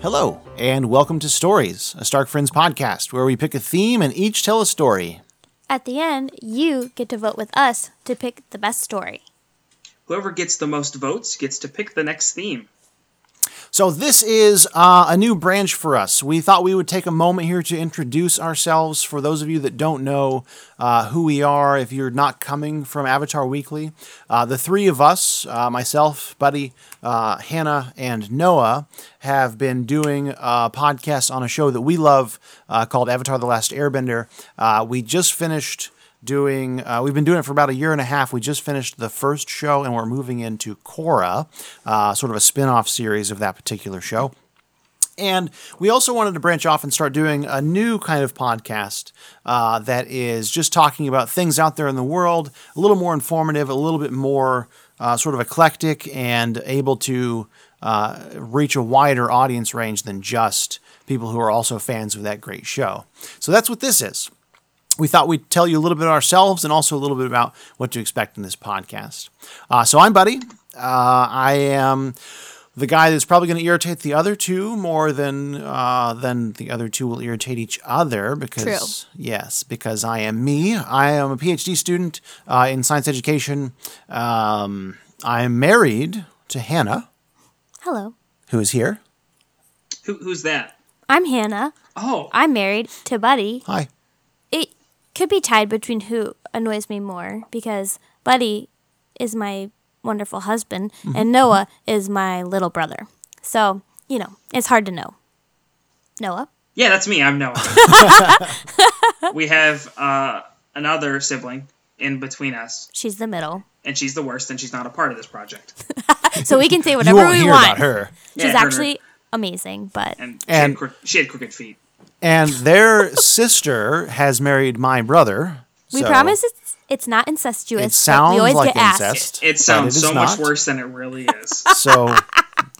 Hello, and welcome to Stories, a Stark Friends podcast where we pick a theme and each tell a story. At the end, you get to vote with us to pick the best story. Whoever gets the most votes gets to pick the next theme. So, this is uh, a new branch for us. We thought we would take a moment here to introduce ourselves for those of you that don't know uh, who we are, if you're not coming from Avatar Weekly. Uh, the three of us, uh, myself, Buddy, uh, Hannah, and Noah, have been doing a podcast on a show that we love uh, called Avatar The Last Airbender. Uh, we just finished doing uh, we've been doing it for about a year and a half we just finished the first show and we're moving into Korra, uh, sort of a spin-off series of that particular show and we also wanted to branch off and start doing a new kind of podcast uh, that is just talking about things out there in the world a little more informative a little bit more uh, sort of eclectic and able to uh, reach a wider audience range than just people who are also fans of that great show so that's what this is we thought we'd tell you a little bit ourselves and also a little bit about what to expect in this podcast. Uh, so I'm Buddy. Uh, I am the guy that's probably going to irritate the other two more than uh, than the other two will irritate each other because yes, because I am me. I am a PhD student uh, in science education. Um, I am married to Hannah, Hello, who is here. Who, who's that? I'm Hannah. Oh, I'm married to Buddy. Hi. It could be tied between who annoys me more because Buddy is my wonderful husband Mm-hmm. and Noah is my little brother. So, you know, it's hard to know. Noah? yeah, that's me. I'm Noah. we have uh, another sibling in between us, She's the middle. and she's the worst, and she's not a part of this project. So we can say You whatever won't we hear want. about her. Yeah, She's her- actually amazing, but And, she, And- had crook she had crooked feet. And their sister has married my brother. we so- promise it's, it's not incestuous. It but sounds we always like get asked. incest. It but sounds is um, so not. much worse than it really is. So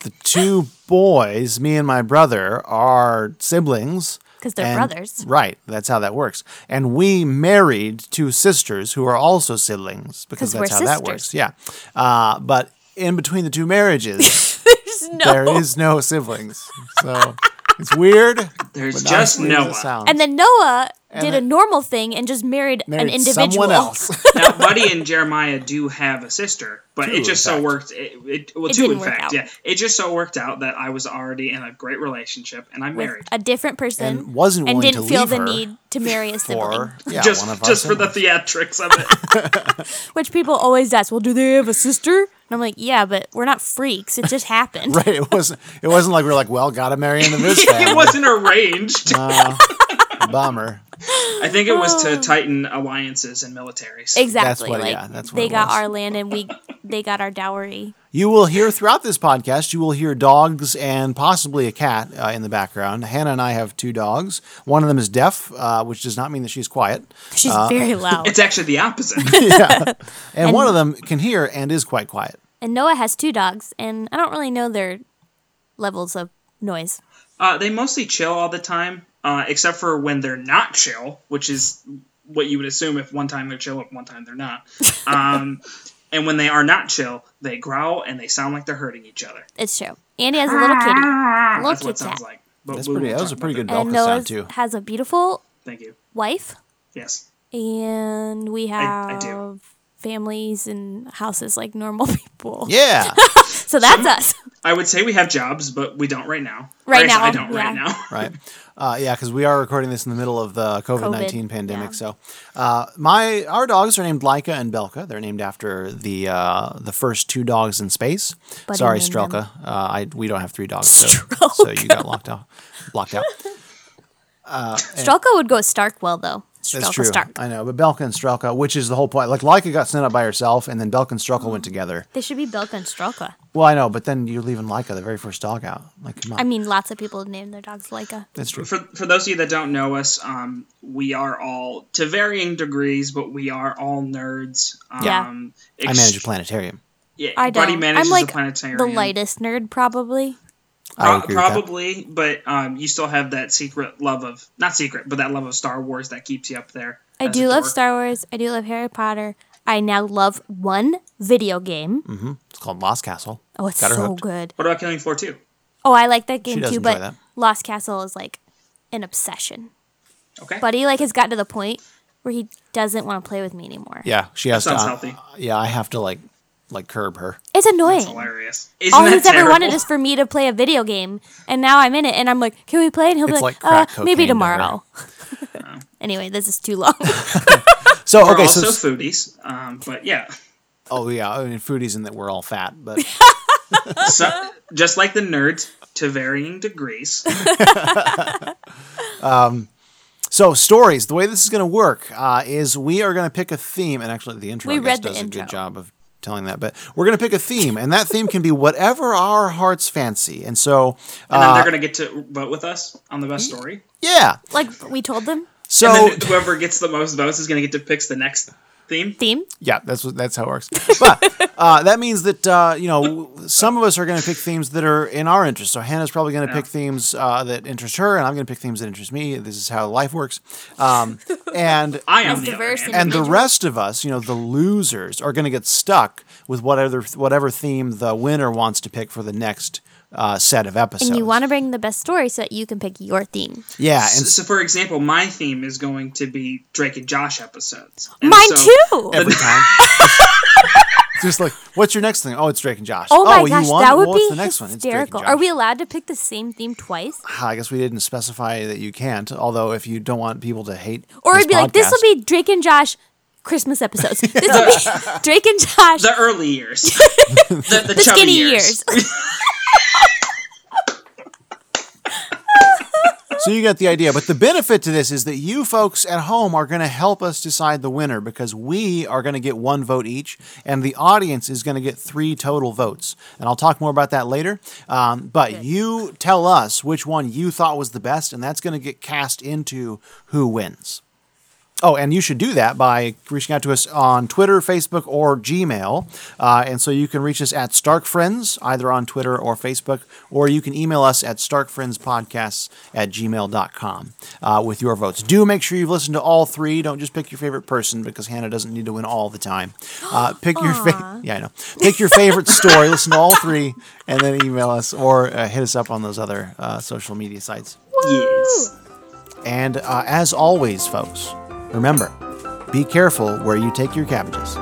the two boys, me and my brother, are siblings. 'Cause they're and- brothers. Right. That's how that works. And we married two sisters who are also siblings because 'Cause that's how we're that works. Yeah. Uh, but in between the two marriages, No. there is no siblings. So it's weird. There's but just honestly, as it Noah. sounds. And then Noah did then- a normal thing and just married, Married an individual. Someone else. now, Buddy and Jeremiah do have a sister, but Two, it just in so fact. worked. It, it, well, It two, didn't in work fact. out. Yeah, it just so worked out that I was already in a great relationship, and I'm with married. a different person And wasn't and willing didn't to feel leave the her need to marry a sibling, or yeah, just one of our just for the siblings. theatrics of it. which people always ask. Well, do they have a sister? And I'm like, yeah, but we're not freaks. It just happened. Right, it wasn't. It wasn't like we were like, well, gotta marry into this. it family. wasn't arranged. Uh, bummer. I think it was Um. to tighten alliances and militaries. Exactly. what- like yeah, that's what they it got was. our land and we they got our dowry. You will hear throughout this podcast, you will hear dogs and possibly a cat uh, in the background. Hannah and I have two dogs. One of them is deaf, uh, which does not mean that she's quiet. She's Uh. very loud. It's actually the opposite. And, one of them can hear and is quite quiet. And Noah has two dogs, and I don't really know their levels of noise. uh, they mostly chill all the time, uh, except for when they're not chill, which is what you would assume if one time they're chill, if one time they're not. Um, and when they are not chill, they growl and they sound like they're hurting each other. It's true. Andy has a little kitty, a little Ah. That's what kitty it cat, sounds like. But That's we pretty. won't That was a talk pretty about good that. and Belka sound Noah too. has a beautiful Thank you. wife. Yes. and we have I do. families and houses like normal people. Yeah. So that's us. I would say we have jobs, but we don't right now. Or Right I guess now, I don't right yeah. now. right. Uh, yeah, because we are recording this in the middle of the COVID nineteen COVID, pandemic. yeah. So, uh, my our dogs are named Laika and Belka. They're named after the uh, the first two dogs in space. Buddy Sorry, named Strelka. Uh, I we don't have three dogs, so, so you got locked out. Locked out. Strelka would go Starkwell though. That's Strelka true. Stark. I know, but Belka and Strelka, which is the whole point. Like Laika got sent up by herself, and then Belka and Strelka went together. They should be Belka and Strelka. Well, I know, but then you're leaving Laika, the very first dog, out. Like, come on, I mean, lots of people name their dogs Leica. that's true. for, for those of you that don't know us, um, we are all to varying degrees, but we are all nerds. Yeah. Um, I manage a planetarium. Yeah, I don't. Buddy manages I'm like a planetarium. the lightest nerd probably. I Pro- agree with that. probably, but um, you still have that secret love of not secret, but that love of Star Wars that keeps you up there. I as do a love dork. Star Wars. I do love Harry Potter. I now love one video game. It's called Lost Castle. Oh, it's Mm, Got her so hooked. good. What about Killing Floor Two? Oh, I like that She game does too, enjoy but that. Lost Castle is like an obsession. Okay. Buddy like has gotten to the point where he doesn't want to play with me anymore. Yeah, she has sounds to. uh, healthy. Yeah, I have to like like curb her. It's annoying. That's hilarious. Isn't All that he's ever terrible? wanted is for me to play a video game, and now I'm in it, and I'm like, "Can we play?" And he'll be It's like, like crack uh, "Maybe cocaine to her. tomorrow." anyway, this is too long. So We're okay, also so foodies, um, but yeah, oh yeah, I mean foodies in that we're all fat, but so, just like the nerds to varying degrees. so stories. The way this is going to work uh, is we are going to pick a theme, and actually the intro We I guess, read the does a intro. good job of telling that, but we're going to pick a theme, and that theme can be whatever our hearts fancy, and so And then uh, they're gonna get to vote with us on the best story. yeah, like we told them, so and then whoever gets the most votes is gonna get to pick the next theme. theme. Yeah, that's what that's how it works. But uh, that means that uh, you know w- some of us are going to pick themes that are in our interest. So Hannah's probably going to pick themes uh, that interest her, and I'm going to pick themes that interest me. This is how life works. Um, and I am As the other diverse hand. as- and the rest of us, you know, the losers are going to get stuck with whatever whatever theme the winner wants to pick for the next uh, set of episodes. And you want to bring the best story so that you can pick your theme. yeah, and so, for example, my theme is going to be Drake and Josh episodes. And Mine so- too. every time. Just like, what's your next thing? Oh, it's Drake and Josh. Oh my well, gosh, you won? that would Well, what's be the next one? It's Drake and hysterical. Josh. Ah, Are we allowed to pick the same theme twice? I guess we didn't specify that you can't. Although, if you don't want people to hate, Or this it'd be like, this podcast- will be Drake and Josh Christmas episodes. This will be Drake and Josh The early years, the, the, the chubby skinny years. years. So you get the idea. But the benefit to this is that you folks at home are going to help us decide the winner because we are going to get one vote each, and the audience is going to get three total votes. And I'll talk more about that later. Um, but you tell us which one you thought was the best, and that's going to get cast into who wins. Oh, and you should do that by reaching out to us on Twitter, Facebook, or Gmail. Uh, and so you can reach us at StarkFriends, either on Twitter or Facebook, or you can email us at starkfriendspodcasts at gmail.com uh, with your votes. Do make sure you've listened to all three. Don't just pick your favorite person because Hannah doesn't need to win all the time. Uh, pick your favorite. Yeah, I know. Pick your favorite story, listen to all three, and then email us or uh, hit us up on those other uh, social media sites. Yes. And uh, as always, folks, remember be careful where you take your cabbages.